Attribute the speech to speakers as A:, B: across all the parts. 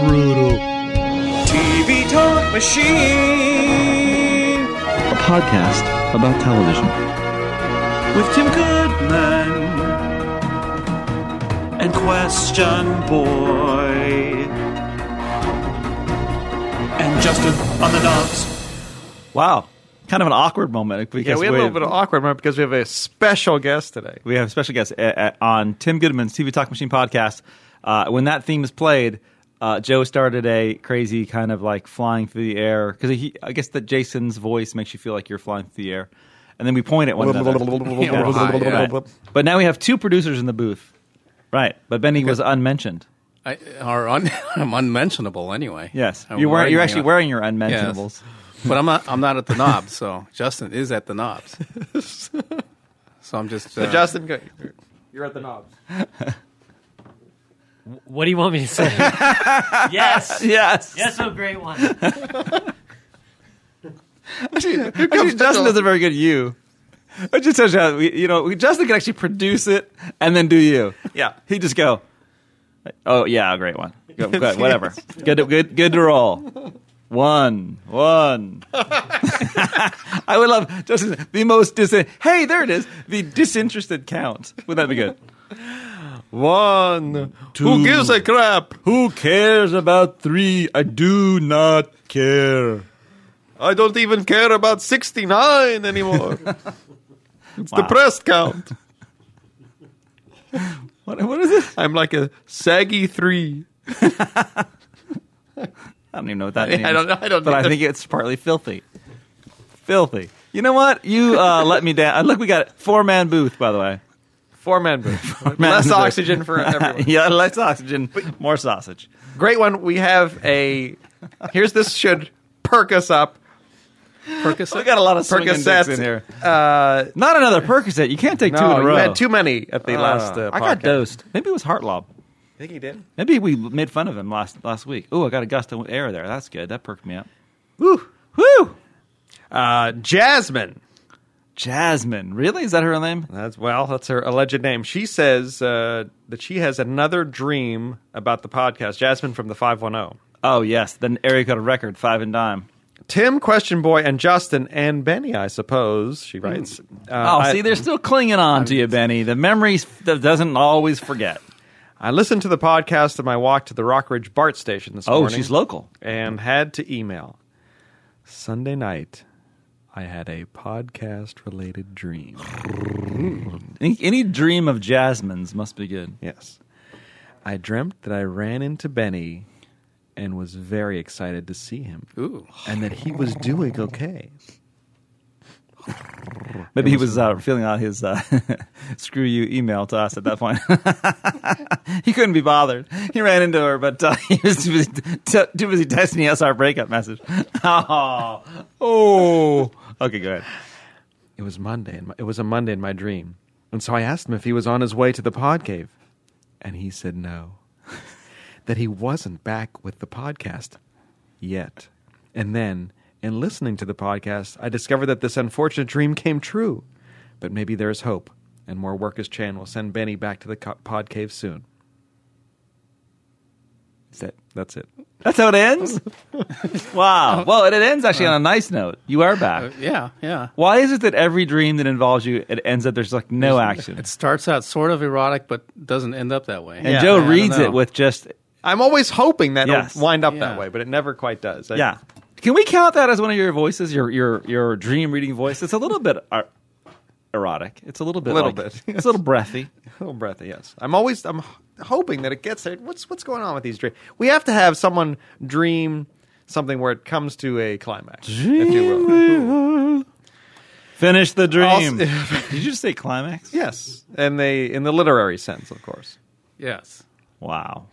A: brutal.
B: TV Talk Machine
C: a podcast about television.
B: with Tim Goodman and Question Boy and Justin on the knobs.
D: Wow. Kind of an awkward moment because
E: Yeah, we had a
D: we-
E: little bit of awkward moment because we have a special guest today.
D: we have a special guest uh, uh, on Tim Goodman's TV Talk Machine podcast. Uh, when that theme is played, uh, Joe started a crazy kind of like flying through the air because he, I guess that Jason's voice makes you feel like you're flying through the air, and then we point at one another.
E: Yeah, we're high, yeah.
D: Right. But now we have two producers in the booth, right? But Benny was unmentioned.
F: I, are un, I'm unmentionable anyway.
D: Yes,
E: Oh,
F: I'm
D: you're wearing, you're
F: my-
D: actually wearing your
F: Yes.
D: unmentionables.
F: but I'm not. I'm not at the knobs. So Justin is at the knobs. So I'm just. Uh,
E: Justin, go- you're at the knobs.
G: What do you want me to say? yes.
D: Yes,
G: Yes, a great one.
D: Actually, Justin does a very good you. It just tells you how we- you know we- Justin can actually produce it and then do you.
E: Yeah.
D: he just go. Oh yeah, great one. Good, good, whatever. Good, good, good to roll. One, one. I would love Justin the most disin. Hey, there it is. The disinterested count. Would that be good?
E: One. Who gives a crap?
D: Who cares about three? I do not care.
E: I don't even care about 69 anymore. it's the breast count.
D: What, what is it?
E: I'm like a saggy three.
D: I don't even know what that means.
E: I don't know. I don't
D: but I
E: know.
D: think it's partly filthy. Filthy. You know what? You uh, let me down. Uh, Look, we got four man booth, by the way.
E: Four man booth.
D: man
E: Less
D: booth.
E: oxygen for everyone.
D: yeah, less oxygen, more sausage.
E: Great one. We have a. Here's this should perk us up.
D: We got a lot of swinging dicks
E: Percocets.
D: in here.
E: Uh,
D: Not another Percocet. You can't take two
E: no,
D: in a
E: Oh, you
D: row.
E: had too many at the last. Uh,
D: I got
E: podcast.
D: dosed. Maybe it was Hartlob.
E: I think he did.
D: Maybe we made fun of him last last week. Oh, I got a gust of air there. That's good. That perked me up.
E: Woo.
D: Woo!
E: Uh, Jasmine.
D: Jasmine. Really? Is that her real name?
E: That's well. That's her alleged name. She says uh, that she has another dream about the podcast. Jasmine from the five one zero.
D: Oh, yes. Then area code record, five and dime.
E: Tim, Question Boy, and Justin and Benny. I suppose she writes. Uh,
D: Hmm. Oh,
E: I-
D: see, they're still clinging on to you, Benny. The memory that doesn't always forget.
E: I listened to the podcast on my walk to the Rockridge BART station this
D: Oh,
E: morning.
D: she's local.
E: and had to email. Sunday night, I had a podcast related dream.
D: Any, any dream of Jasmine's must be good.
E: yes. I dreamt that I ran into Benny and was very excited to see him
F: ooh,
E: and that he was doing okay.
D: Maybe he was uh, filling out his uh, screw you email to us at that point. he couldn't be bothered. He ran into her, but uh, he was too busy, t- too busy texting us our breakup message. Oh, oh. Okay, go ahead.
E: It was Monday. In my, it was a Monday in my dream. And so I asked him if he was on his way to the pod cave. And he said no. that he wasn't back with the podcast yet. And then, in listening to the podcast, I discovered that this unfortunate dream came true. But maybe there is hope, and more work as Chan will send Benny back to the co- pod cave soon.
D: Is that-
E: That's it.
D: That's how it ends? wow. Well, it, it ends actually on a nice note. You are back.
F: yeah, yeah.
D: Why is it that every dream that involves you, it ends up there's like no action?
F: It starts out sort of erotic, but doesn't end up that way.
D: And
E: Yeah.
D: Joe
F: I don't
D: reads
F: know.
D: it with just
E: I'm always hoping that
D: Yes.
E: it'll wind up
F: Yeah.
E: that way, but it never quite does. I-
D: yeah. Can we count that as one of your voices? Your your your dream reading voice. It's a little bit er- erotic. It's a little bit
E: Little bit,
D: like- It's a little breathy.
E: A little breathy, yes. I'm always I'm h- hoping that it gets there. What's what's going on with these dreams? We have to have someone dream something where it comes to a climax, if you will.
D: Finish the dream.
E: Also-
D: Did you just say climax?
E: Yes, and they in the literary sense, of course.
F: Yes.
D: Wow.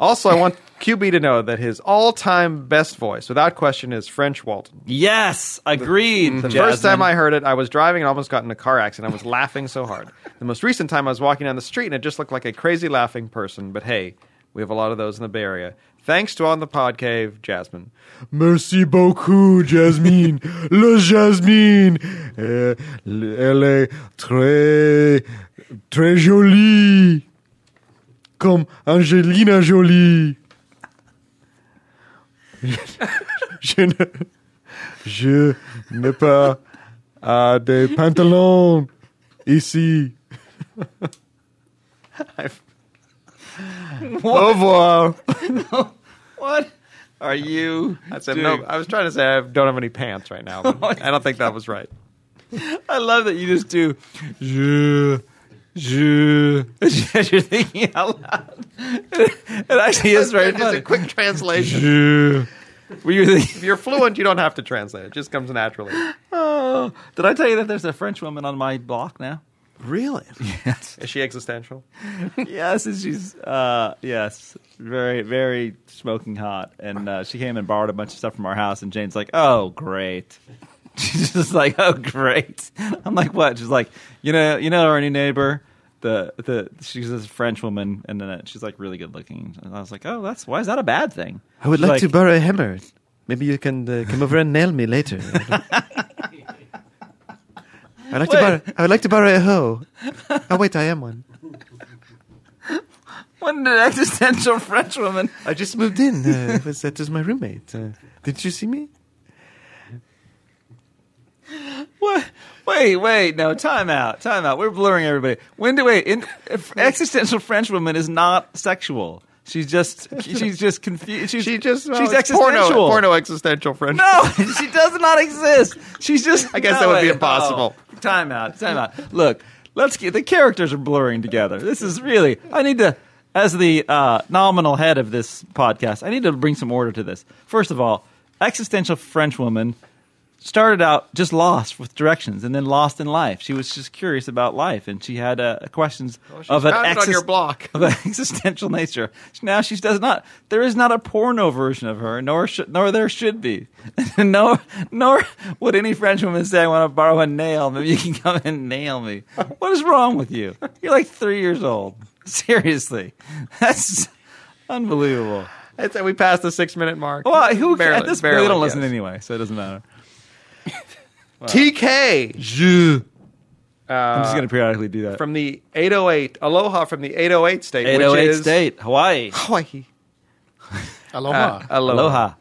E: Also, I want QB to know that his all-time best voice, without question, is French Walton.
D: Yes, agreed.
E: The first time I heard it, I was driving and almost got in a car accident. I was laughing so hard. The most recent time, I was walking down the street and it just looked like a crazy laughing person. But hey, we have a lot of those in the Bay Area. Thanks to on the pod cave, Jasmine.
H: Merci beaucoup, Jasmine. Le Jasmine. Euh, le- elle est très, très jolie. Comme Angelina Jolie. je ne, je n'ai pas euh, des pantalons ici. Au revoir.
E: What are you? I said no. I was trying to say I don't have any pants right now.
H: Oh,
E: But I don't think that was right.
D: I love that you just do.
H: Je, je.
D: as you're thinking out loud. It actually is very
E: It's a
D: funny.
E: quick translation.
H: Je.
D: Were you thinking,
E: If you're fluent, you don't have to translate. It just comes naturally.
D: oh, did I tell you that there's a French woman on my block now?
E: Really? Yes. Is she existential?
D: yes, and she's uh, yes, very very smoking hot, and uh, she came and borrowed a bunch of stuff from our house, and Jane's like, oh great. She's just like, oh great. I'm like, what? She's like, you know, you know our new neighbor. The the she's this French woman, and then uh, she's like really good looking. And I was like, oh, that's why is that a bad thing?
E: I would
D: She's
E: like, to borrow a hammer. Maybe you can uh, come over and nail me later. I'd like to
D: Wait.
E: borrow. I would like to borrow a hoe. Oh wait, I am one.
D: What an existential French woman.
E: I just moved in. Uh, was that was my roommate? Uh, did you see me?
D: What? Wait, wait, no, time out, time out. We're blurring everybody. When do wait? In, if existential French woman is not sexual. She's just she's just confused. She's,
E: She just well,
D: she's
E: it's
D: existential.
E: Porno, porno existential friend.
D: No, she does not exist. She's just.
E: I guess
D: no,
E: that would be
D: wait,
E: impossible.
D: oh, time out, time out. Look, let's get the characters are blurring together. This is really. I need to, as the uh, nominal head of this podcast, I need to bring some order to this. First of all, existential French woman started out just lost with directions and then lost in life. She was just curious about life and she had uh, questions of an
E: found it on
D: exis-
E: your block.
D: of an existential nature. Now she does not. There is not a porno version of her, nor should, nor there should be, nor nor would any French woman say, "I want to borrow a nail. Maybe you can come and nail me." What is wrong with you? You're like three years old. Seriously, that's unbelievable.
E: It's, uh, we passed the six minute mark.
D: Well, who
E: Barely-
D: at this point,
E: barely,
D: they don't listen
E: yes.
D: anyway, so it doesn't matter.
E: TK
H: Je.
D: I'm just going to periodically do that.
E: from the 808 Aloha from the 808 state.
D: 808
E: which is
D: state, Hawaii.
E: Hawaii.
F: Aloha.
D: Uh,
E: Aloha.
D: Aloha.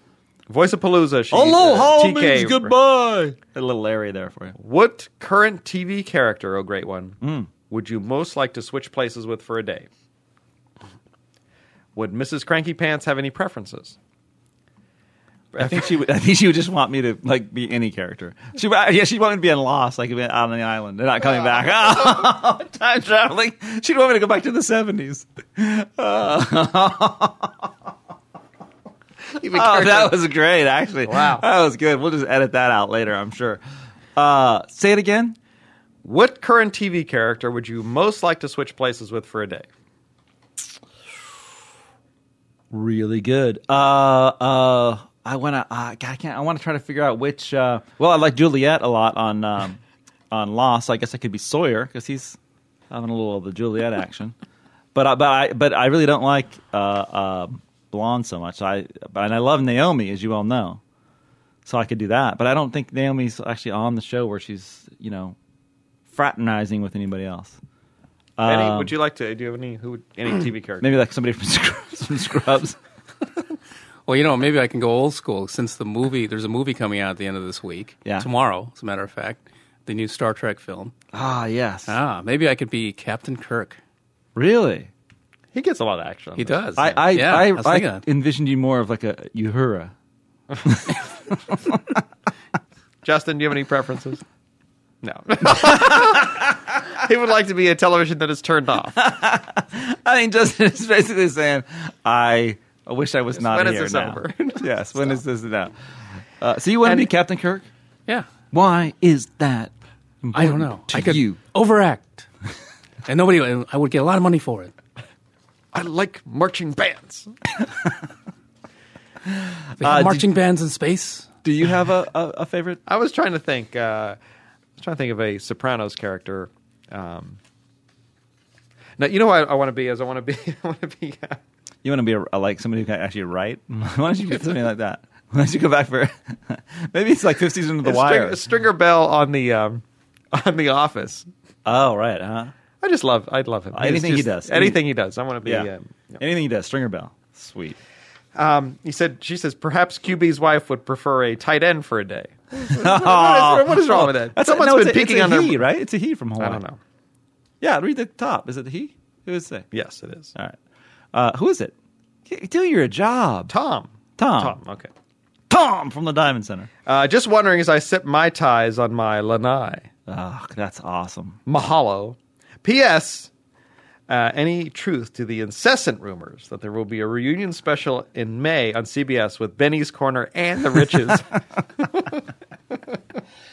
E: Voice of Palooza. She's, uh,
D: Aloha
E: TK.
D: means goodbye. A little area there for you.
E: What current TV character, oh great one,
D: Hmm.
E: would you most like to switch places with for a day? Would Mrs. Cranky Pants have any preferences?
D: I think she would. I think she would just want me to like be any character. She would- yeah, she'd want me to be in Lost, like out on the island. They're not coming back. Oh, time traveling. She'd want me to go back to the seventies. Oh, that was great, actually.
E: Wow.
D: that was good. We'll just edit that out later, I'm sure. Uh, say it again.
E: What current TV character would you most like to switch places with for a day?
D: Really good. Uh, uh, I want to. Uh, God, I can't. I want to try to figure out which. Uh, well, I like Juliet a lot on um, on Lost. I guess I could be Sawyer because he's having a little of the Juliet action. but I, but I but I really don't like uh, uh, Blonde so much. I but, and I love Naomi as you all know, so I could do that. But I don't think Naomi's actually on the show where she's you know fraternizing with anybody else.
E: Any,
D: Um,
E: would you like to? Do you have any? Who would any TV character?
D: Maybe like somebody from Scrubs. From Scrubs.
F: Well, you know, maybe I can go old school since the movie, there's a movie coming out at the end of this week.
D: Yeah.
F: Tomorrow, as a matter of fact, the new Star Trek film.
D: ah yes,
F: Ah, maybe I could be Captain Kirk.
D: really.
E: He gets a lot of action. on
F: He
E: this.
F: does.
D: I I
F: yeah,
D: I,
F: I was thinking
D: I
F: that.
D: envisioned you more of like a Uhura.
E: Justin, do you have any preferences? No. he would like to be a television that is turned off.
D: I mean, Justin is basically saying, I wish I was not
E: when is
D: here
E: this
D: now.
E: over?
D: yes, when is this now? Uh, so you want to
E: And-
D: be Captain Kirk?
F: yeah.
D: Why is that?
F: I don't know.
D: to
F: I could
D: you.
F: overact. and nobody, I would get a lot of money for it.
E: I like marching bands.
F: They have
D: Uh, did-
F: marching bands in space.
D: Do you have a, a, a favorite?
E: I was trying to think. Uh, I was trying to think of a Sopranos character. Um, now you know what I, I want to be is I want to be I want to be uh,
D: You want to be a, a- like somebody who can actually write? Why don't you be something like that? Why don't you go back for maybe it's like fifth season of The
E: a
D: Wire?
E: Stringer, Stringer Bell on the um, on the Office.
D: oh right, huh?
E: I just love I love him. He's
D: Anything he
E: just-
D: does.
E: anything he does. I want to be.
D: Yeah.
E: Um,
D: Anything he does, Stringer Bell, sweet.
E: Um, he said, she says, perhaps QB's wife would prefer a tight end for a day. what, is, what is wrong with that?
D: That's
E: Someone's
D: no,
E: been
D: it's a,
E: peeking
D: it's
E: on
D: a
E: their.
D: he, right? It's a he from Hawaii.
E: I don't know.
D: Yeah, read the top. Is it the he? Who is it?
E: Yes, it is.
D: All right. Uh, who is it? Y- Do your job.
E: Tom.
D: Tom.
E: Tom. Okay.
D: Tom from the Diamond Center.
E: Uh, just wondering as I sip my ties on my lanai.
D: Oh, that's awesome.
E: Mahalo. P.S. Uh, any truth to the incessant rumors that there will be a reunion special in May on CBS with Benny's Corner and the Riches?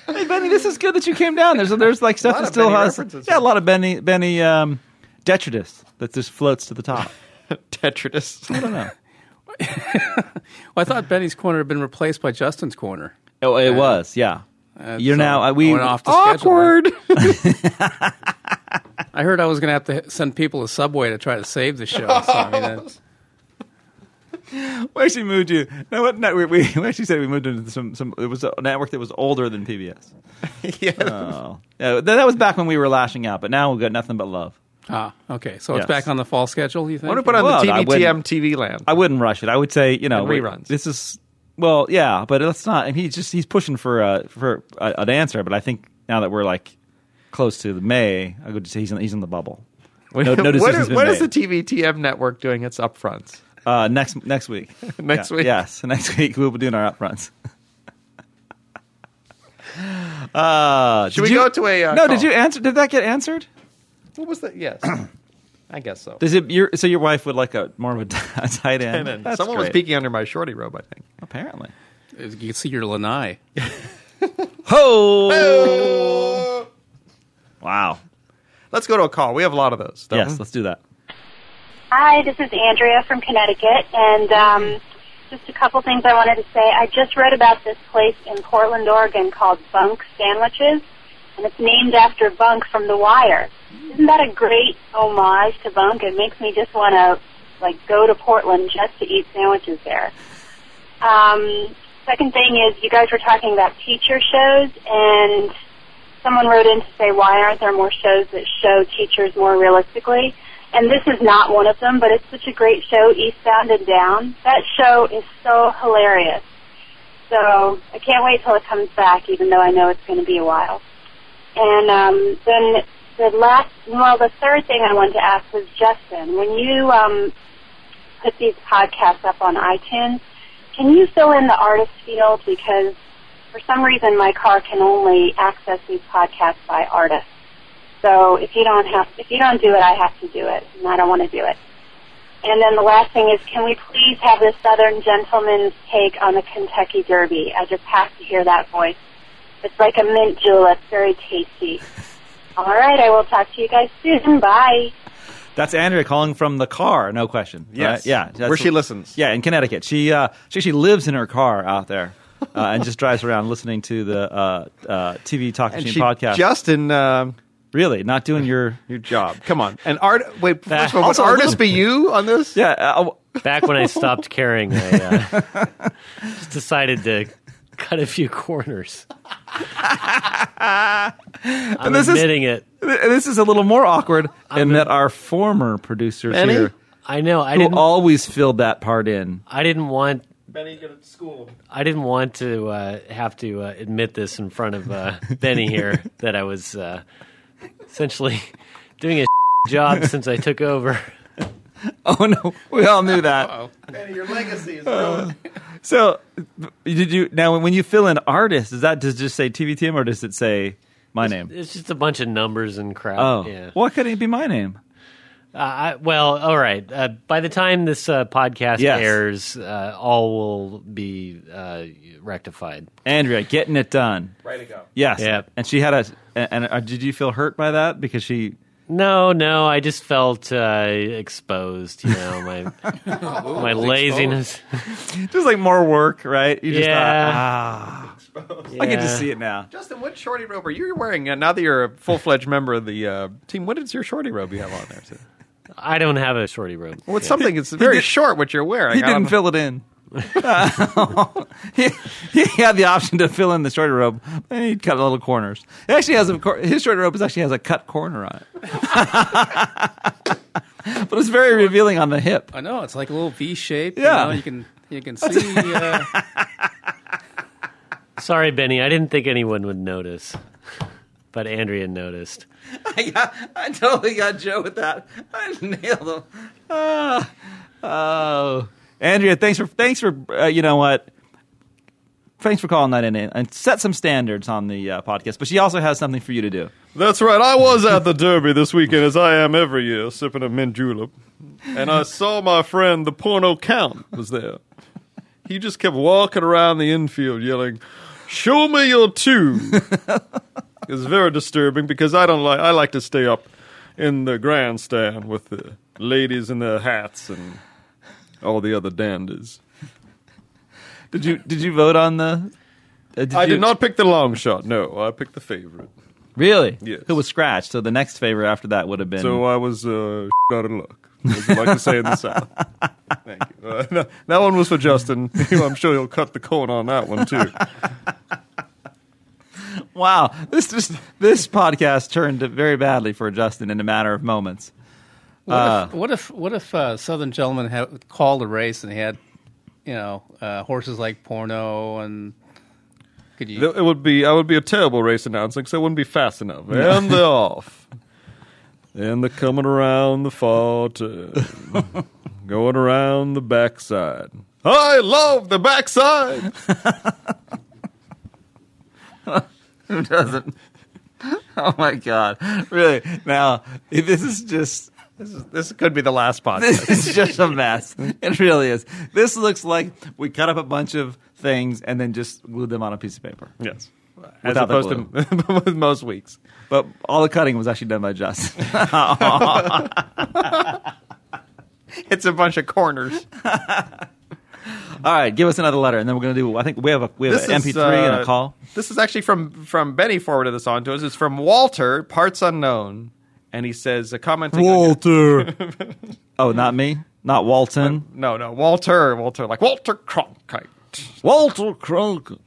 D: Hey, Benny, this is good that you came down. There's there's like stuff
E: lot
D: that
E: of
D: still
E: Benny
D: has
E: references.
D: yeah a lot of Benny Benny um, detritus that just floats to the top.
E: Tetritus.
D: I don't know.
F: Well, I thought Benny's corner had been replaced by Justin's corner.
D: Oh, it was yeah.
F: That's,
D: You're now
F: uh,
D: uh, we
F: I went off the
D: awkward.
F: I heard I was going to have to h- send people to Subway to try to save the show. So, I mean, that's-
D: We actually moved you. No, what, no we, we we actually said we moved into some some. It was a network that was older than PBS.
E: yeah.
D: Oh, yeah, that- that was back when we were lashing out. But now we've got nothing but love.
F: ah, okay. So
D: Yes.
F: it's back on the fall schedule, you think?
E: I want to put on
D: Well,
E: the
D: I
E: TVTM
D: wouldn't-
E: TV land.
D: I wouldn't rush it. I would say you know
E: And
D: we-
E: reruns.
D: This is well, yeah, but that's not. And he's just he's pushing for uh, for a, an answer. But I think now that we're like close to the May, I would say he's in, he's in the bubble. No, no
E: what
D: decision's
E: is,
D: been
E: what is the
D: made.
E: TVTM network doing its upfronts?
D: uh, next next week?
E: Next
D: Yeah,
E: week?
D: yes, next week we'll be doing our upfronts. Uh,
E: Should
D: did
E: we
D: you-
E: go to a, uh,
D: no,
E: call?
D: did you answer? Did that get answered?
E: What was that? Yes. I guess so.
D: Does it? Your, so your wife would like a more of a tight end.
E: And then
D: That's
E: someone was
D: great.
E: peeking under my shorty robe, I think.
D: Apparently.
F: You can see your lanai.
D: Ho! Wow.
E: Let's go to a call. We have a lot of those. don't
D: Yes,
E: we?
D: let's do that.
A: Hi, this is Andrea from Connecticut, and um, just a couple things I wanted to say. I just read about this place in Portland, Oregon called Bunk Sandwiches, and it's named after Bunk from The Wire. Isn't that a great homage to Bunk? It makes me just want to like go to Portland just to eat sandwiches there. Um, second thing is, you guys were talking about teacher shows, and someone wrote in to say, why aren't there more shows that show teachers more realistically? And this is not one of them, but it's such a great show, Eastbound and Down. That show is so hilarious. So I can't wait till it comes back, even though I know it's going to be a while. And um, then the last, well, the third thing I wanted to ask was Justin, when you um, put these podcasts up on iTunes, can you fill in the artist field? Because for some reason my car can only access these podcasts by artists. So if you don't have, if you don't do it, I have to do it, and I don't want to do it. And then the last thing is, can we please have the Southern gentleman's take on the Kentucky Derby? I just have to hear that voice. It's like a mint julep, very tasty. All right, I will talk to you guys soon. Bye.
D: That's Andrea calling from the car, no question.
E: Yes.
D: Right? Yeah. that's-
E: Where she listens.
D: Yeah, in Connecticut. She uh, she actually lives in her car out there uh, and just drives around listening to the uh, uh, TV Talk
E: And
D: Machine
E: she,
D: podcast.
E: Justin, um,
D: really, not doing your.
E: your job. Come on. And art. Wait, first of all, would
D: Also,
E: artist
D: little-
E: be you on this?
D: Yeah. Uh,
G: Back when I stopped caring, I uh, just decided to cut a few corners. I'm
D: this is-
G: admitting it.
D: this is a little more awkward in that our former producers
E: Benny?
D: here,
G: I know. I
D: who
G: didn't.
D: always filled that part in,
G: I didn't want. I didn't want to uh, have to uh, admit this in front of uh, Benny here that I was uh, essentially doing a job since I took over.
D: Oh no, we all knew that. your legacy is ruined. So, did you now when you fill in artist? Does that does it just say TVTM or does it say my name?
G: It's just a bunch of numbers and crap.
D: Oh,
G: yeah.
D: why couldn't it be my name?
G: I, well, all right. Uh, by the time this uh, podcast
D: Yes.
G: airs, uh, all will be uh, rectified.
D: Andrea, getting it done. Right to go. Yes.
G: Yep.
D: And she had a. And, and uh, did you feel hurt by that because she?
G: No, no. I just felt uh, exposed. You know, my my laziness.
D: Just like more work, right? You just
G: Yeah.
D: thought, ah, I can
G: Yeah.
D: just see it now.
E: Justin, what shorty robe are you wearing uh, now that you're a full fledged member of the uh, team? What is your shorty robe you have on there?
G: I don't have a shorty robe.
E: Well, it's something that's very short. What you're wearing?
D: He
E: I don't
H: Um,
D: didn't
E: know.
D: fill it in. he, he had the option to fill in the shorter robe, and he cut little corners. It actually has a cor- his shorter robe is actually has a cut corner on it. but it's very revealing on the hip.
F: I know it's like a little V shape.
D: Yeah.
F: you, know, you can you can see. Uh,
G: Sorry, Benny. I didn't think anyone would notice, but Andrea noticed.
D: I, got, I totally got Joe with that. I nailed him. Ah. oh, Andrea, thanks for thanks for uh, you know what. Thanks for calling that in and set some standards on the uh, podcast. But she also has something for you to do.
H: That's right. I was at the Derby this weekend, as I am every year, sipping a mint julep. And I saw my friend, the porno count, was there. He just kept walking around the infield yelling, Show me your tube. it's very disturbing because I don't like, I like to stay up in the grandstand with the ladies in their hats and all the other dandies.
D: Did you did you vote on the? uh,
H: I
D: you-
H: did not pick the long shot. No, I picked the favorite.
D: really.
H: Yes.
D: Who was scratched? So the next favor after that would have been.
H: So I was uh, out of luck, as you like to say in the South. Thank you. Uh, no, that one was for Justin. I'm sure he'll cut the corn on that one, too.
D: wow, this just this podcast turned very badly for Justin in a matter of moments.
F: what, if, what if what if uh, Southern gentlemen had called a race and he had, you know, uh, horses like Porno and could you?
H: It would be, I would be a terrible race announcing, so it wouldn't be fast enough. And they're off. And they're coming around the far turn, going around the backside. I love the backside.
D: Who doesn't? Oh my god! Really? Now this is just
H: This, is, this could be the last podcast.
D: this is just a mess. It really is. This looks like we cut up a bunch of things and then just glued them on a piece of paper.
H: Yes. As
D: Without the
H: opposed to with most weeks.
D: But all the cutting was actually done by Justin.
H: It's a bunch of corners.
D: all right, give us another letter, and then we're gonna do. I think we have a we have
H: This
D: an
H: is,
D: MP3 and
H: uh,
D: a call.
H: This is actually from from Benny forwarded this on to us. It's from Walter, parts unknown, and he says a commenting. on your-
D: Walter. oh, not me. Not Walton.
H: no, no, Walter, Walter, like Walter Cronkite.
D: Walter Cronkite.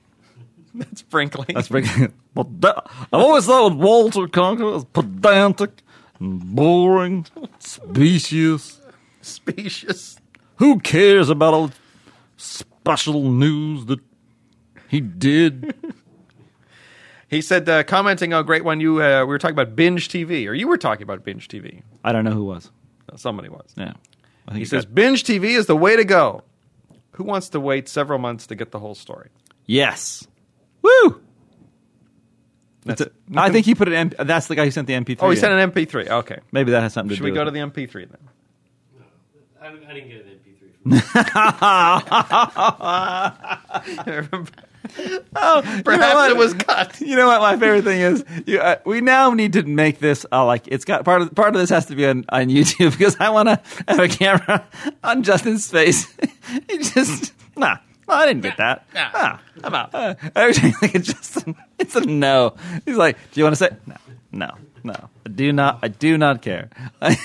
H: It's Brinkley.
D: That's pretty. I've always thought with Walter Cronkite was pedantic, and boring, specious.
H: specious.
D: Who cares about all the special news that he did?
H: He said, uh, commenting on great one. You uh, we were talking about binge TV, or you were talking about binge TV.
D: I don't know who was.
H: No, Somebody was.
D: Yeah. I think
H: He says binge TV is the way to go. Who wants to wait several months to get the whole story? Oh,
D: yes. Woo!
H: That's
D: That's it. I think he put an. M- that's the guy who sent the MP3.
H: Oh, he
D: in.
H: sent an MP3. Okay.
D: Maybe that has something to
H: Should
D: do.
H: we go
D: with
H: to
D: it.
H: the MP3 then?
G: I, didn't get an MP3.
H: Perhaps
D: what?
H: Oh, it was cut.
D: You know what? My favorite thing is you, uh, we now need to make this uh, like it's got part of part of this has to be on, on YouTube because I want to have a camera on Justin's face. he just nah, nah, I didn't get that. Nah, I'm out. Uh, every time I look at Justin, it's a no. He's like, do you want to say no? No, no. I do not. I do not care. I,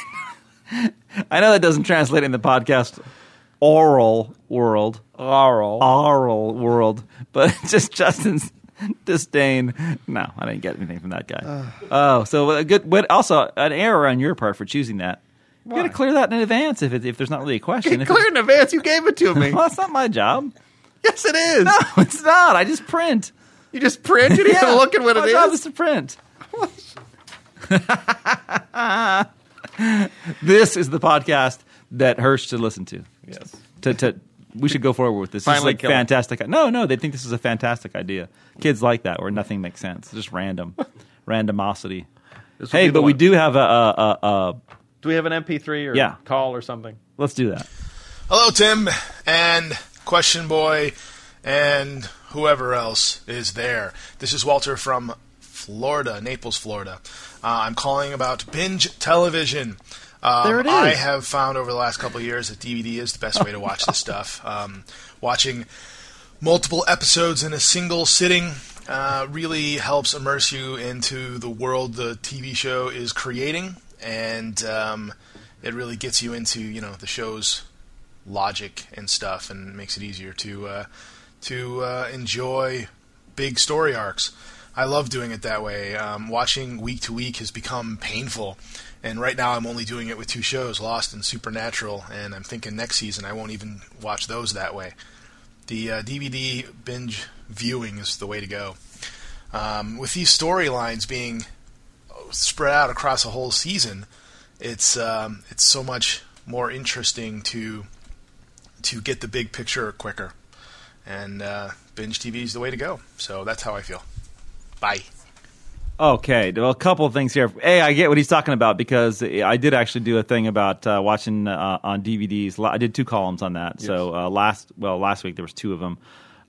D: I know that doesn't translate in the podcast oral world
H: Laurel.
D: aural world, but just Justin's disdain. No, I didn't get anything from that guy. oh, so a good. But also an error on your part for choosing that. You got to clear that in advance if it, if there's not really a question. If
H: Clear
D: it's-
H: in advance. You gave it to me.
D: Well, that's not my job.
H: yes, it is.
D: No, it's not. I just print.
H: You just print. You didn't even look at what
D: my
E: Oh,
H: it
D: job
H: is.
D: to print. this is the podcast that Hirsch should listen to.
H: Yes.
D: to, to we should go forward with this. this is
H: Finally
D: like
H: kill it.
D: fantastic. No, no, they think this is a fantastic idea. Kids like that, where nothing makes sense, just random, randomosity.
H: This will
D: Hey,
H: be the
D: but we
H: one.
D: do have a, a, a, a.
H: Do we have an MP3 or
D: Yeah.
H: call or something?
D: Let's do that.
I: Hello, Tim, and Question Boy, and whoever else is there. This is Walter from Florida, Naples, Florida. Uh, I'm calling about binge television. Um,
H: There it is.
I: I have found over the last couple of years that DVD is the best way to watch this stuff. Um, watching multiple episodes in a single sitting uh, really helps immerse you into the world the TV show is creating, and um, it really gets you into you know the show's logic and stuff, and makes it easier to uh, to uh, enjoy big story arcs. I love doing it that way. Um, watching week to week has become painful, and right now I'm only doing it with two shows, Lost and Supernatural, and I'm thinking next season I won't even watch those that way. The uh, DVD binge viewing is the way to go. Um, with these storylines being spread out across a whole season, it's um, it's so much more interesting to to get the big picture quicker. And uh, binge TV is the way to go. So that's how I feel. Bye.
D: Okay, well, a couple of things here. A, I get what he's talking about because I did actually do a thing about uh, watching uh, on DVDs. I did two columns on that. So uh, last, well, last week there was two of them.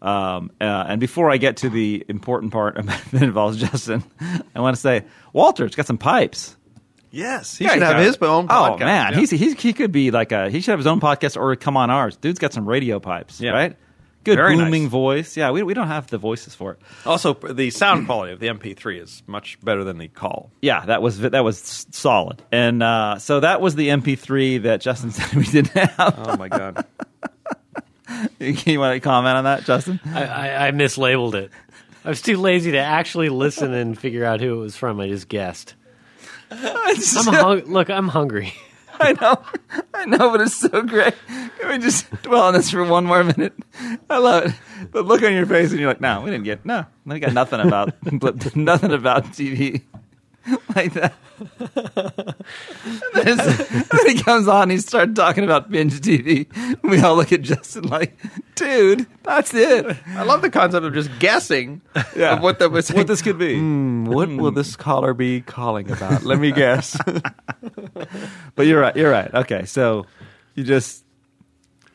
D: Um, uh, and before I get to the important part about, that involves Justin, I want to say Walter's got some pipes.
E: Yes,
D: Yeah, he's got- Oh man, he's, he's he could be like a he should have his own podcast or come on ours. Dude's got some radio pipes, right? Good
J: Very nice.
D: booming voice. Yeah, we we don't have the voices for it.
J: Also, the sound quality of the MP3 is much better than the call.
D: Yeah, that was that was solid. And uh, so that was the MP3 that Justin said we didn't have.
J: Oh my god.
D: you want to comment on that, Justin?
G: I, I, I mislabeled it. I was too lazy to actually listen and figure out who it was from. I just guessed. I'm hung- look, I'm hungry.
D: I know, I know, but it's so great. Can we just dwell on this for one more minute? I love it. The look on your face, and you're like, "No, we didn't get no. We got nothing about nothing about TV like that." And then it's- when he comes on, he starts talking about binge TV. We all look at Justin like, "Dude, that's it."
E: I love the concept of just guessing
D: Yeah.
E: of what that was.
D: What Hmm, this could be.
J: What will this caller be calling about? Let me guess.
D: But you're right. You're right. Okay, so you just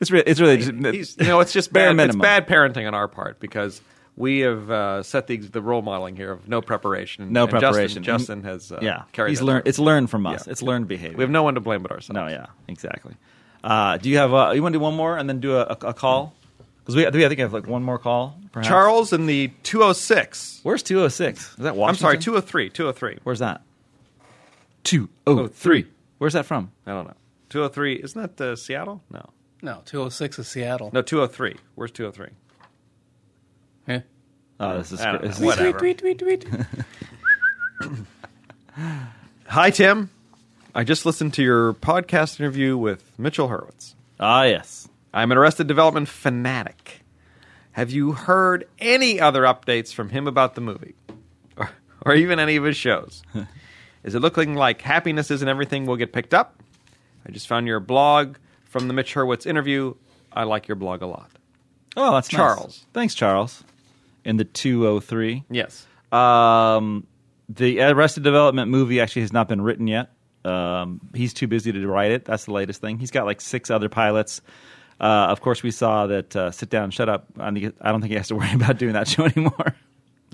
D: it's re- it's really just,
J: He's, you know, it's just
D: Bare
J: bad. It's
D: minimum.
J: bad parenting on our part because we have uh, set the, the role modeling here of no preparation.
D: No
J: And Justin-
D: preparation. Mm,
J: Justin, has uh,
D: yeah.
J: carried.
D: He's
J: that
D: learned.
J: forward.
D: It's learned from us.
J: Yeah.
D: It's learned behavior.
J: We have no one to blame but ourselves.
D: No, yeah, exactly. Uh, do you have? Uh, you want to do one more and then do a, a, a call? Because we, do we, I think I have like one more call. Perhaps.
J: Charles in the 206.
D: where's two hundred six? Is that Washington?
J: I'm sorry, 203. 203.
D: Where's that? Two oh three. Where's that from?
J: I don't know. 203. Isn't that uh, Seattle? No.
F: No, 206 is Seattle.
J: No, 203. Where's 203?
F: Yeah.
D: Oh, this is,
J: I don't know.
D: this is
J: Whatever. Hi, Tim. I just listened to your podcast interview with Mitchell Hurwitz.
D: ah yes.
J: I'm an Arrested Development fanatic. Have you heard any other updates from him about the movie? Or, or even any of his shows? Is it looking like Happiness Isn't Everything will get picked up? I just found your blog from the Mitch Hurwitz interview. I like your blog a lot.
D: Oh, that's nice.
J: Charles.
D: Thanks, Charles. In the two oh three.
J: Yes.
D: Um, the Arrested Development movie actually has not been written yet. Um, he's too busy to write it. That's the latest thing. He's got like six other pilots. Uh, of course, we saw that uh, Sit Down, Shut Up. I think- I don't think he has to worry about doing that show anymore.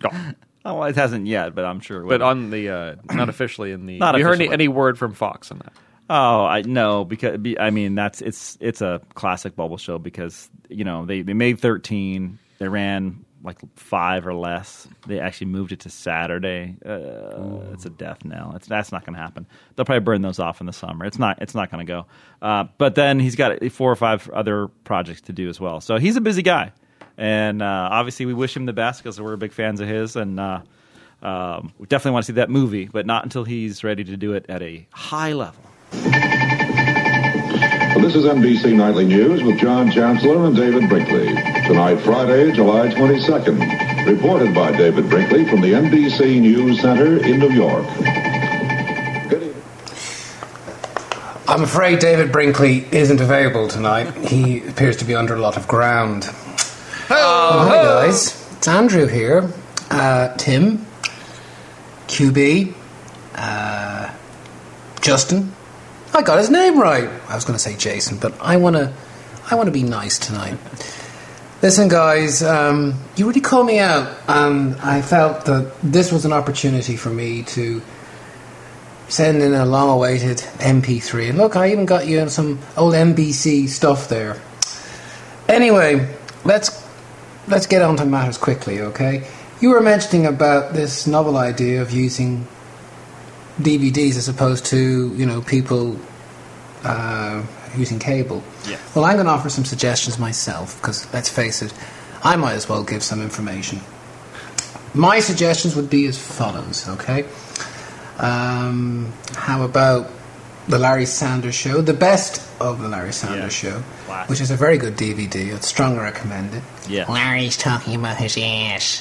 D: Oh, well, it hasn't yet, but I'm sure. It
J: But
D: will.
J: on the, uh, not officially in the.
D: Not
J: you heard any,
D: officially.
J: any word from Fox on that?
D: Oh, I no, because be, I mean that's it's it's a classic bubble show because you know they they made thirteen, they ran like five or less. They actually moved it to Saturday. Uh, it's a death knell. It's that's not going to happen. They'll probably burn those off in the summer. It's not it's not going to go. Uh, but then he's got four or five other projects to do as well. So he's a busy guy, and uh, obviously we wish him the best because we're big fans of his and. Uh, um, we definitely want to see that movie, but not until he's ready to do it at a high level.
K: Well, This is NBC Nightly News with John Chancellor and David Brinkley. Tonight, Friday, July 22nd. Reported by David Brinkley from the NBC News Center in New York.
L: I'm afraid David Brinkley isn't available tonight. He appears to be under a lot of ground. Well, Oh, hi, guys. It's Andrew here. Uh, Tim, QB, uh, Justin. I got his name right. I was going to say Jason, but I want to I want to be nice tonight. Listen, guys, um, you really called me out, and I felt that this was an opportunity for me to send in a long awaited MP3. And look, I even got you some old NBC stuff there. Anyway, let's let's get on to matters quickly, okay? You were mentioning about this novel idea of using DVDs as opposed to, you know, people uh, using cable.
M: Yeah.
L: Well, I'm going to offer some suggestions myself because, let's face it, I might as well give some information. my suggestions would be as follows, okay? Um, how about The Larry Sanders Show, the best of The Larry Sanders Show, which is a very good DVD. I'd strongly recommend it.
D: Yeah.
L: Larry's talking about his ass,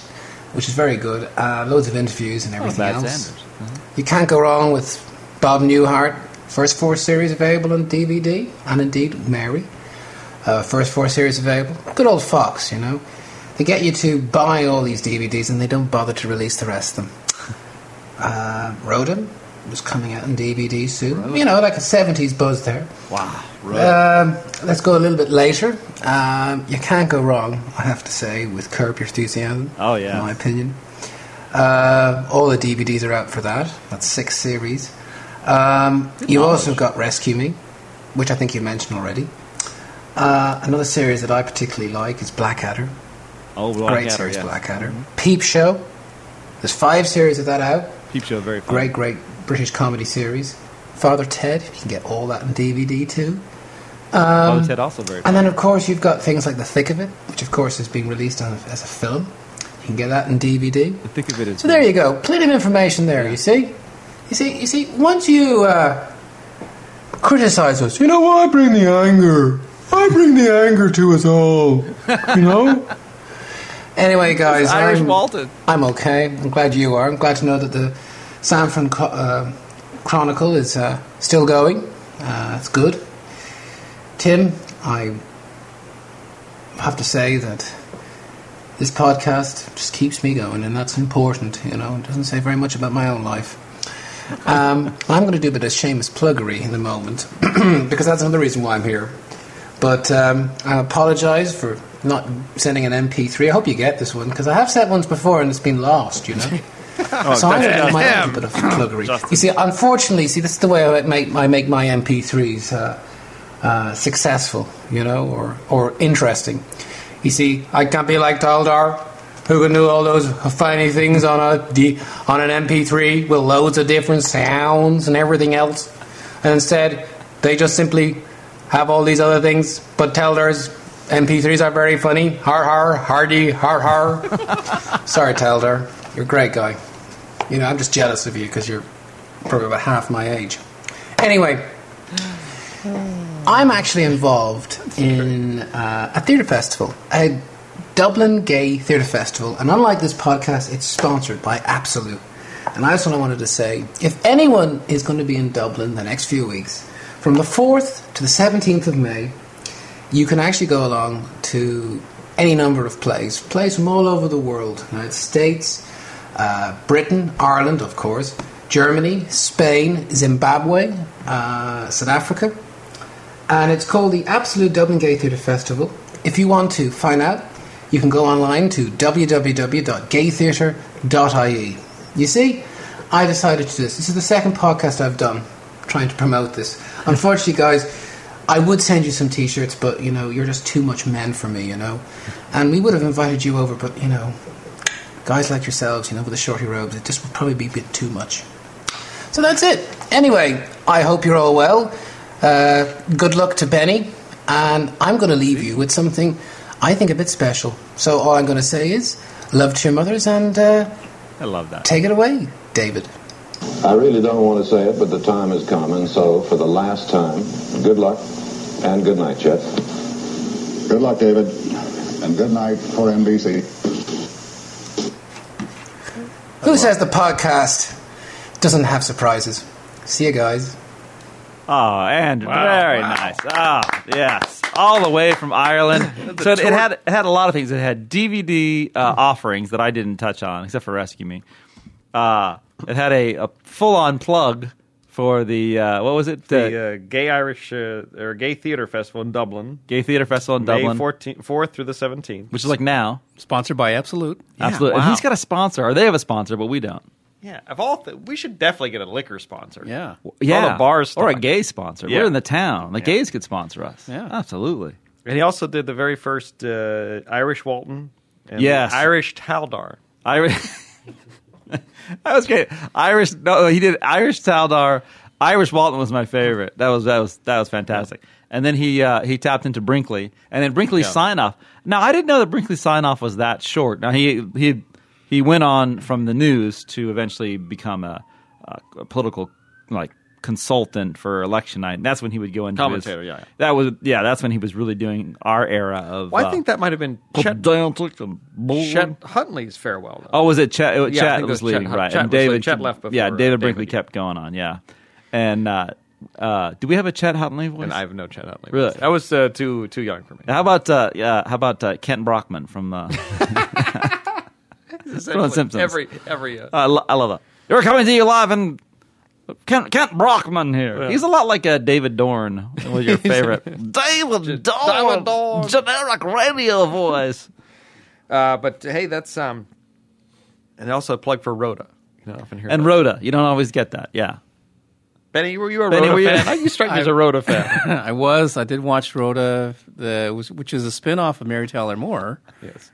L: which is very good. Uh, loads of interviews and everything
D: Bad
L: else.
D: Sanders.
L: You can't go wrong with Bob Newhart. First four series available on DVD, and indeed Mary. Uh, first four series available. Good old Fox, you know. They get you to buy all these DVDs, and they don't bother to release the rest of them. Uh, Rodin was coming out on DVD soon. You know, like a seventies buzz there.
D: Wow.
L: Um, let's go a little bit later. Um, you can't go wrong, I have to say, with Curb Your Enthusiasm.
D: Oh, yeah.
L: In my opinion. Uh, all the DVDs are out for that. That's six series. Um, you've also got Rescue Me, which I think you mentioned already. Uh, another series that I particularly like is Blackadder.
D: Oh,
L: Great
D: Blackadder,
L: series,
D: yeah.
L: Blackadder. Peep Show. There's five series of that out.
D: Peep Show, very
J: Um,
D: fun.
L: Great, great British comedy series. Father Ted, you can get all that on DVD too.
D: Father
L: Um,
D: Ted also very
L: and then, of course, you've got things like The Thick of It, which, of course, is being released on, as a film. You can get that in DVD.
D: The thick of it is
L: So there you go. Plenty of information there. You see, you see, you see. Once you uh, criticize us, you know I bring the anger. I bring the anger to us all. You know. anyway, guys,
J: It's Irish
L: I'm,
J: Walton.
L: I'm okay. I'm glad you are. I'm glad to know that the San Fran Co- uh, Chronicle is uh, still going. Uh, it's good. Tim, I have to say that this podcast just keeps me going, and that's important. You know, it doesn't say very much about my own life. Um, I'm going to do a bit of shameless pluggery in a moment because that's another reason why I'm here. But um, I apologise for not sending an MP3. I hope you get this one because I have sent ones before and it's been lost. You know. so I'm going to do my own bit of pluggery. You see, unfortunately, see, this is the way I make, I make my MP3s uh, uh, successful, you know, or, or interesting. You see, I can't be like Taldar, who can do all those funny things on a D, on an MP3 with loads of different sounds and everything else. And instead, they just simply have all these other things. But Teldar's MP3s are very funny. Har har, hardy, har har. Sorry, Teldar, you're a great guy. You know, I'm just jealous of you because you're probably about half my age. Anyway, I'm actually involved in uh, a theatre festival, a Dublin Gay Theatre Festival, and unlike this podcast, it's sponsored by Absolute. And that's what I wanted to say. If anyone is going to be in Dublin the next few weeks, from the 4th to the 17th of May, you can actually go along to any number of plays, plays from all over the world United States, uh, Britain, Ireland, of course, Germany, Spain, Zimbabwe, uh, South Africa. And it's called the Absolute Dublin Gay Theatre Festival. If you want to find out, you can go online to www.gaytheatre.ie. E. You see, I decided to do this. This is the second podcast I've done trying to promote this. Unfortunately, guys, I would send you some T-shirts, but you know you're just too much men for me, you know. And we would have invited you over, but you know, guys like yourselves, you know, with the shorty robes, it just would probably be a bit too much. So that's it. Anyway, I hope you're all well. Uh, good luck to Benny, and I'm going to leave you with something I think a bit special. So all I'm going to say is, love to your mothers, and uh,
D: I love that.
L: Take it away, David.
K: I really don't want to say it, but the time has come, and so for the last time, good luck and good night, Chet. Good luck, David, and good night for NBC.
L: Who says the podcast doesn't have surprises? See you guys.
D: Oh, and
L: Wow,
D: very
L: wow.
D: nice. Ah, yes, all the way from Ireland. so it, it had it had a lot of things. It had DVD uh,
J: Hmm.
D: offerings that I didn't touch on, except for Rescue Me. Uh, it had a, a full on plug for the uh, what was it?
J: The uh, Gay Irish uh, or Gay Theater Festival in Dublin,
D: Gay Theater Festival in
J: May
D: Dublin,
J: 14th, 4th through the 17th.
D: which is like now.
F: Sponsored by Absolute.
D: Absolutely,
J: wow.
D: and he's got a sponsor, or they have a sponsor, but we don't.
J: Yeah, of all, th- we should definitely get a liquor sponsor.
F: Yeah,
D: Yeah,
J: a bar
D: or a gay sponsor.
J: Yeah.
D: We're in the town. The gays could sponsor us. Yeah, absolutely.
J: And he also did the very first uh, Irish Walton. And
D: Yes.
J: the Irish Taldar.
D: Irish. that was great. Irish. No, he did Irish Taldar. Irish Walton was my favorite. That was that was that was fantastic. And then he uh, he tapped into Brinkley, and then Brinkley's
J: Yeah.
D: sign off. Now I didn't know that Brinkley's sign off was that short. Now he he he went on from the news to eventually become a, a political like consultant for election night. And that's when he would go into his-
E: Commentator, yeah, yeah.
D: That was yeah. That's when he was really doing our era of.
E: Well, I
D: uh,
E: think that might have been Chet, Chet Huntley's farewell.
D: Oh, was it Chet?
E: Yeah, I
D: Chet
E: think it
D: was,
E: was Chet
D: leaving,
E: Hun-
D: right?
E: Chet
D: and
E: was leaving.
D: David,
E: Chet left before
D: Yeah,
E: David
D: David Brinkley kept going on. Yeah, and uh, uh, do we have a Chet Huntley voice?
E: And I have no Chet Huntley.
D: Oh. Really?
E: That was uh, too too young for me.
D: How about uh, yeah? How about uh, Kent Brockman from uh, from The
E: Essentially,
D: Simpsons?
E: every- every, uh,
D: I, lo- I love that. We're coming to you live and Kent, Kent Brockman here. He's a lot like uh, David Dorn. Was your favorite? David
E: David Dorn.
D: generic radio voice.
E: Uh, but hey, that's um, and also a plug for Rhoda. You don't often hear
D: and
E: that.
D: Rhoda. You don't always get that. Yeah.
E: Benny, were you a
D: Benny,
E: Rhoda
D: were you-
E: fan? you strike me as a Rhoda fan.
F: I was. I did watch Rhoda, the, was- which is a spin off of Mary Tyler Moore.
E: Yes.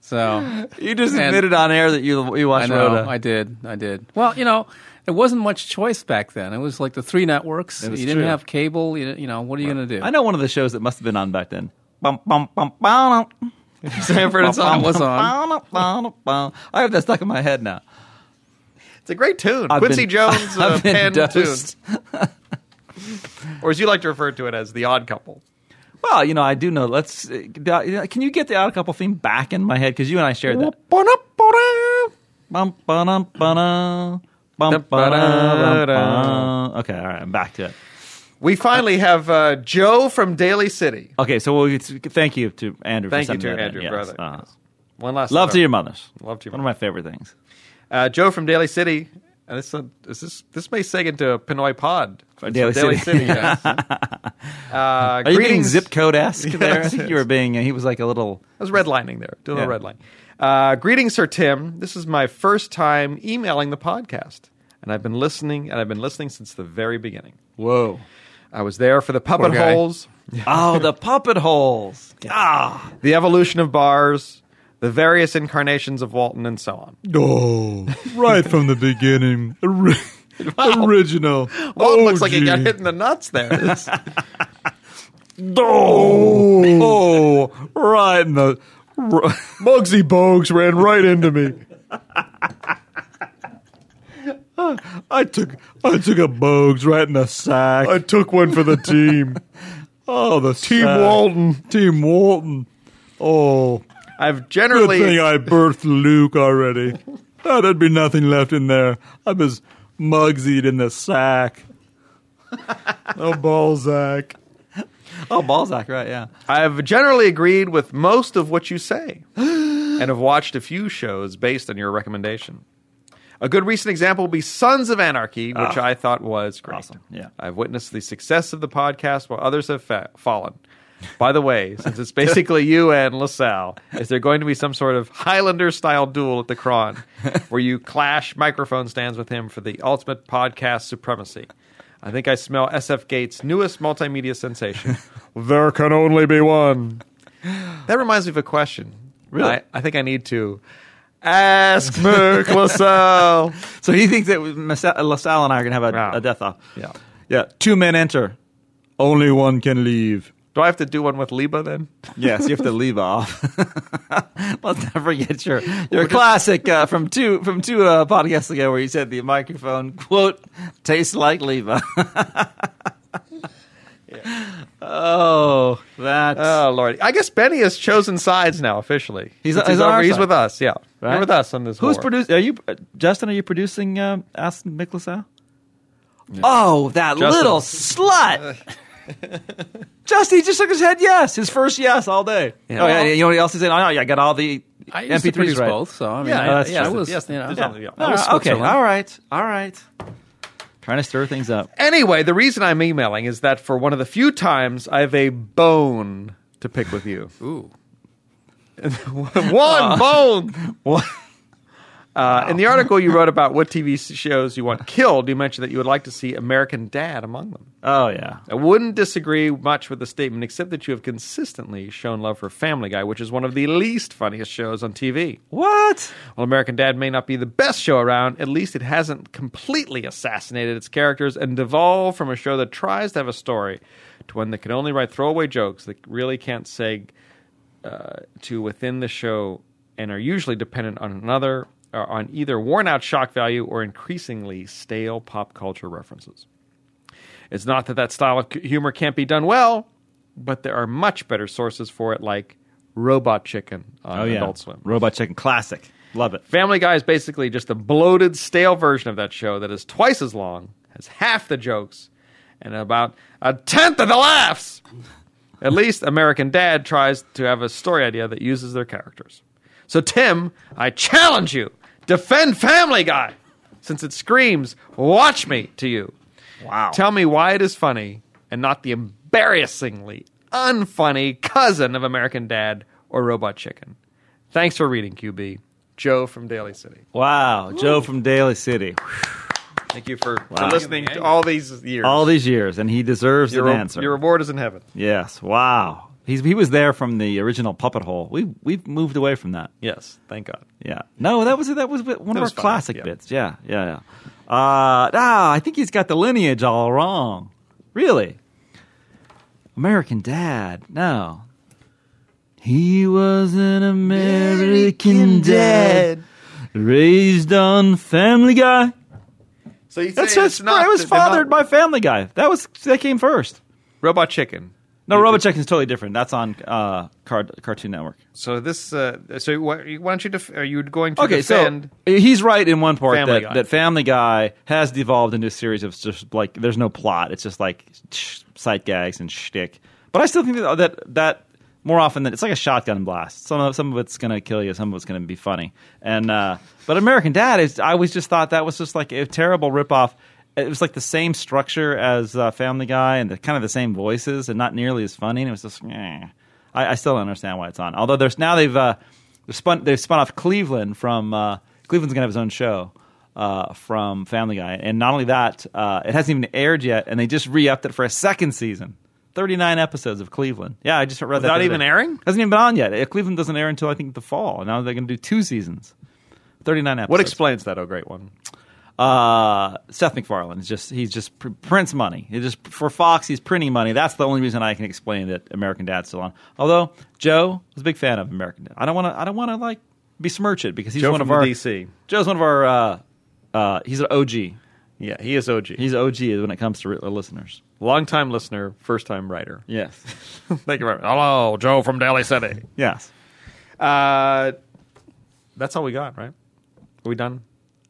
F: So
D: You just admitted on air that you you watched
F: I know,
D: Rhoda.
F: I did. I did. Well, you know, there wasn't much choice back then. It was like the three networks.
D: It
F: You
D: was
F: didn't
D: true.
F: have cable. You, you know, what are you going to do?
D: I know one of the shows that must have been on back then. Bum, bum, bum, bum.
E: Sanford and Son was on.
D: Bum, bum, bum. I have that stuck in my head now.
E: It's a great tune.
D: I've
E: Quincy
D: been-
E: Jones
D: I've
E: uh,
D: been
E: pen
D: dosed.
E: tune. or as you like to refer to it as the Odd Couple.
D: Well, you know, I do know. Let's. uh, Can you get the Odd Couple theme back in my head? Because you and I shared that. Bum, ba-dum, ba-dum, bum, ba-dum, bum. Okay, all right, I'm back to it.
E: We finally have uh, Joe from Daily City.
D: Okay, so we'll, it's- thank you to Andrew.
E: Thank
D: for
E: you to
D: sending that in.
E: Andrew,
D: Yes,
E: brother.
D: uh,
E: One last
D: love
E: letter.
D: to your mothers.
E: Love to your
D: One of my favorite things.
E: Uh, Joe from Daily City. And this, uh, is this this may seg into Pinoy Pod. It's
D: Daily
E: from Daily
D: City.
E: City. yes. uh,
D: Are you being
E: greetings-
D: zip code esque there? I
E: Yes,
D: think you were being. uh, He was like a little.
E: I was redlining there, doing a
D: Yeah.
E: little redline. Uh, greetings, Sir Tim. This is my first time emailing the podcast, and I've been listening, and I've been listening since the very beginning.
D: Whoa!
E: I was there for the
D: Poor
E: puppet
D: guy.
E: holes,
D: Oh, the puppet holes. Ah,
E: the evolution of bars, the various incarnations of Walton, and so on.
M: Oh, right from the beginning. Ori- Original. Walton
D: Oh,
E: Walton looks like he got hit in the nuts there. It's-
M: Oh, oh, right in the. r- Bugsy Bogues ran right into me. I took I took a Bogues right in the sack. I took one for the team. oh, the
E: Team
M: Walton. Team Walton. Oh,
E: I've generally-
M: good thing I birthed Luke already. Oh, there'd be nothing left in there. I was mugsied in the sack. oh, Balzac.
D: oh, Balzac, right? Yeah.
E: I've generally agreed with most of what you say and have watched a few shows based on your recommendation. A good recent example would be Sons of Anarchy, which
D: Ah.
E: I thought was great. Awesome.
D: Yeah.
E: I've witnessed the success of the podcast while others have fa- fallen. By the way, since it's basically you and LaSalle, is there going to be some sort of Highlander style duel at the Kron where you clash microphone stands with him for the ultimate podcast supremacy? I think I smell SF Gates' newest multimedia sensation.
M: There can only be one.
E: That reminds me of a question.
M: Really?
E: I, I think I need to ask Merck LaSalle.
D: So he thinks that Masa- LaSalle and I are going to have a, a death off. Yeah. Yeah. Two men enter.
M: Only one can leave.
E: Do I have to do one with Liba then?
D: Yes, you have to leave off. Let's not forget your your classic uh, from two from two uh, podcasts ago where you said the microphone quote tastes like Leva. Oh, that.
E: Oh, Lord. I guess Benny has chosen sides now officially.
D: He's-
E: Since
D: he's on our
E: over- he's
D: side.
E: with us, yeah.
D: Right?
E: You're with us on this
D: Who's
E: war.
D: producing? Are you uh, Justin? Are you producing um, Aston Mickelson? Oh, that
E: Justin.
D: little slut! Justin he just shook his head. Yes, his first yes all day.
F: Yeah.
D: Oh yeah, you know what else he said? Oh, no, yeah, I got all the
F: I used to
D: MP3s
F: produce
D: right.
F: both, so I mean,
D: yeah,
F: I-
D: that's
F: yeah, I
D: Justin.
F: was, Yes, you know,
D: Yeah.
F: yeah. I was
D: All right, Uh, okay,
F: Switzerland.
D: all right, all right. Trying to stir things up.
E: Anyway, the reason I'm emailing is that for one of the few times I have a bone to pick with you.
F: Ooh.
E: one bone. Uh, In the article you wrote about what TV shows you want killed, you mentioned that you would like to see American Dad among them.
D: Oh yeah.
E: I wouldn't disagree much with the statement, except that you have consistently shown love for Family Guy, which is one of the least funniest shows on TV.
D: What?
E: While American Dad may not be the best show around, at least it hasn't completely assassinated its characters and devolved from a show that tries to have a story to one that can only write throwaway jokes that really can't seg uh, to within the show and are usually dependent on another or on either worn-out shock value or increasingly stale pop culture references. It's not that that style of c- humor can't be done well, but there are much better sources for it, like Robot Chicken on
D: Oh, yeah.
E: Adult Swim.
D: Robot Chicken, classic. Love it.
E: Family Guy is basically just a bloated, stale version of that show that is twice as long, has half the jokes, and about a tenth of the laughs. At least American Dad tries to have a story idea that uses their characters. So, Tim, I challenge you defend Family Guy since it screams, Watch me to you. Wow. Tell me why it is funny and not the embarrassingly unfunny cousin of American Dad or Robot Chicken. Thanks for reading, QB. Joe from Daly City.
D: Wow, Joe from Daly City.
E: Thank you for,
D: Wow.
E: for listening to all these years.
D: All these years, and he deserves
E: your,
D: an
E: re-
D: answer.
E: Your reward is in heaven.
D: Yes. Wow. He's, he was there from the original Puppet Hole. We we've moved away from that.
E: Yes. Thank God.
D: Yeah. No, that was that was one of our
E: was fun,
D: classic
E: yeah.
D: bits. Yeah. Yeah. Yeah. Uh, ah, I think he's got the lineage all wrong. Really. American Dad. No. He was an American Dad, raised on Family Guy.
E: So you
D: That's his, it was fathered by Family Guy. That was that came first.
E: Robot Chicken.
D: No, Robot Chicken's totally different. That's on uh, Card- Cartoon Network.
E: So this. Uh, so why, why don't you? Def- are you going to
D: okay,
E: defend?
D: so he's right in one part
E: Family
D: that,
E: Guy.
D: that Family Guy has devolved into a series of just like there's no plot. It's just like sh- sight gags and shtick. But I still think that that, that more often than it's like a shotgun blast. Some of some of it's gonna kill you. Some of it's gonna be funny. And uh, but American Dad is. I always just thought that was just like a terrible ripoff. It was like the same structure as uh, Family Guy and the, kind of the same voices and not nearly as funny. And it was just. eh. I, I still don't understand why it's on. Although there's now they've uh, they've spun they've spun off Cleveland from uh, Cleveland's gonna have his own show uh, from Family Guy, and not only that, uh, it hasn't even aired yet, and they just re-upped it for a second season. Thirty-nine episodes of Cleveland. Yeah, I just read that.
E: Without
D: the other
E: even
D: day.
E: airing?
D: Hasn't even been on yet. Uh, Cleveland doesn't air until I think the fall. Now they're going to do two seasons. Thirty-nine episodes.
E: What explains that? Oh, great one.
D: Uh, Seth MacFarlane is just he just pr- prints money. He just for Fox he's printing money. That's the only reason I can explain that American Dad's still on. Although Joe was a big fan of American Dad. I don't want to I don't want to like besmirch it because he's
E: Joe
D: one
E: from
D: of our
E: DC.
D: Joe's one of our uh, uh, he's an OG.
E: Yeah, he is OG.
D: He's OG when it comes to re- uh, listeners.
E: Longtime listener, first time writer.
D: Yes.
E: Thank you very much. Hello, Joe from Daly City.
D: Yes.
E: Uh, that's all we got, right? Are we done?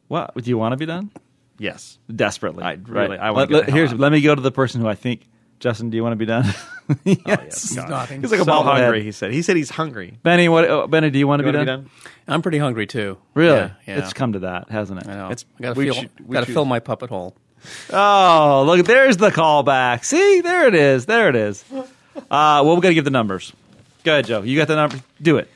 D: What do you want to be done?
E: Yes.
D: Desperately. I
E: really- I wanna
D: let,
E: get
D: let-
E: the hell
D: here's
E: out.
D: let me go to the person who I think Justin. Do you want to be done? yes.
F: God. Nothing.
D: He's like a
F: So
D: bobblehead.
F: hungry,
E: he said. He said he's hungry.
D: Benny, what? Oh, Benny, do you want to
F: You
D: be,
F: wanna be
D: done?
F: I'm pretty hungry too.
D: Really?
F: Yeah, yeah.
D: It's come to that, hasn't it? I know.
F: It's, I gotta fill, gotta fill my puppet hole.
D: Oh, look! There's the callback. See, there it is. There it is. Uh, well, we got to give the numbers. Go ahead, Joe. You got the number. Do it.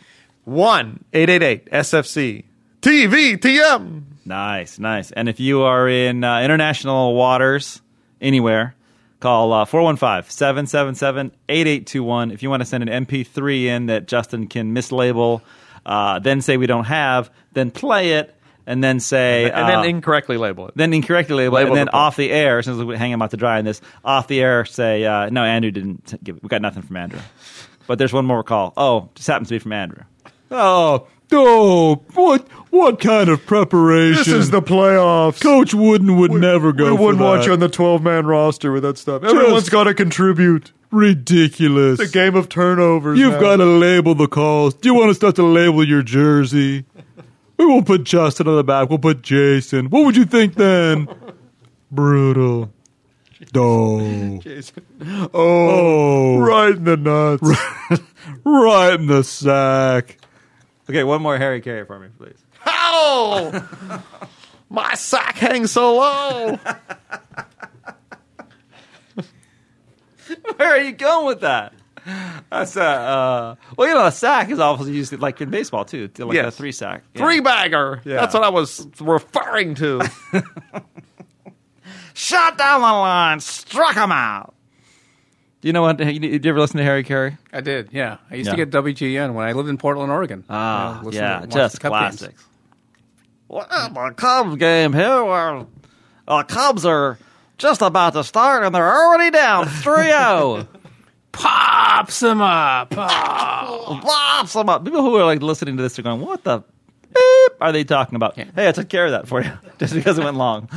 E: One eight eight eight SFC TVTM.
D: Nice, nice. And if you are in uh, international waters anywhere, call uh, 415 777 8821. If you want to send an MP3 in that Justin can mislabel, uh, then say we don't have, then play it, and then say.
E: and then
D: uh,
E: incorrectly label it.
D: then incorrectly labeled,
E: Labeled
D: and then
E: the
D: off the air, since we hang him out to dry in this, off the air say, uh, no, Andrew didn't give, we got nothing from Andrew. But there's one more call. Oh, just happens to be from Andrew.
M: Oh, oh, what what kind of preparation?
J: This is the playoffs.
M: Coach Wooden would never go.
J: we
M: for
J: wouldn't want
M: that.
J: you on the 12 man roster with that stuff. Everyone's
M: Just
J: got to contribute.
M: ridiculous.
J: It's a game of turnovers.
M: You've
J: now.
M: got to label the calls. Do you want us not to label your jersey? We won't put Justin on the back. We'll put Jason. What would you think then? Brutal. Oh.
J: Oh,
M: Oh.
J: right in the nuts.
M: right in the sack.
D: Okay, one more Harry Carey for me, please.
E: Ow! My sack hangs so low.
D: Where are you going with that? That's a uh, well, you know, a sack is also used like in baseball too, to like a
E: Yes.
D: three sack, Yeah.
E: Three bagger.
D: Yeah.
E: That's what I was referring to.
D: Shot down the line, struck him out. Do you know what? Did you ever listen to Harry Carey?
F: I did. Yeah, I used
D: Yeah.
F: to get WGN when I lived in Portland, Oregon.
D: Ah,
F: You know, listen to-
D: yeah,
F: watch the
D: just
F: Cup games.
D: classics. Well, the Cubs game here where uh, Cubs are just about to start and they're already down 3 0.
F: pops them up.
D: Pops them up. People who are like listening to this are going, "What the beep are they talking about?" Hey, I took care of that for you just because it went long.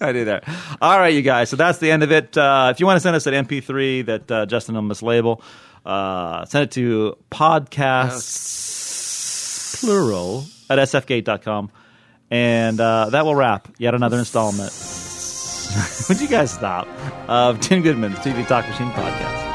D: I do that. All right, you guys. So that's the end of it. Uh, if you want to send us an MP3 that uh, Justin will mislabel, uh, send it to podcasts plural at sfgate.com. And uh, that will wrap yet another installment. Would you guys stop? Of Tim Goodman's TV Talk Machine podcast.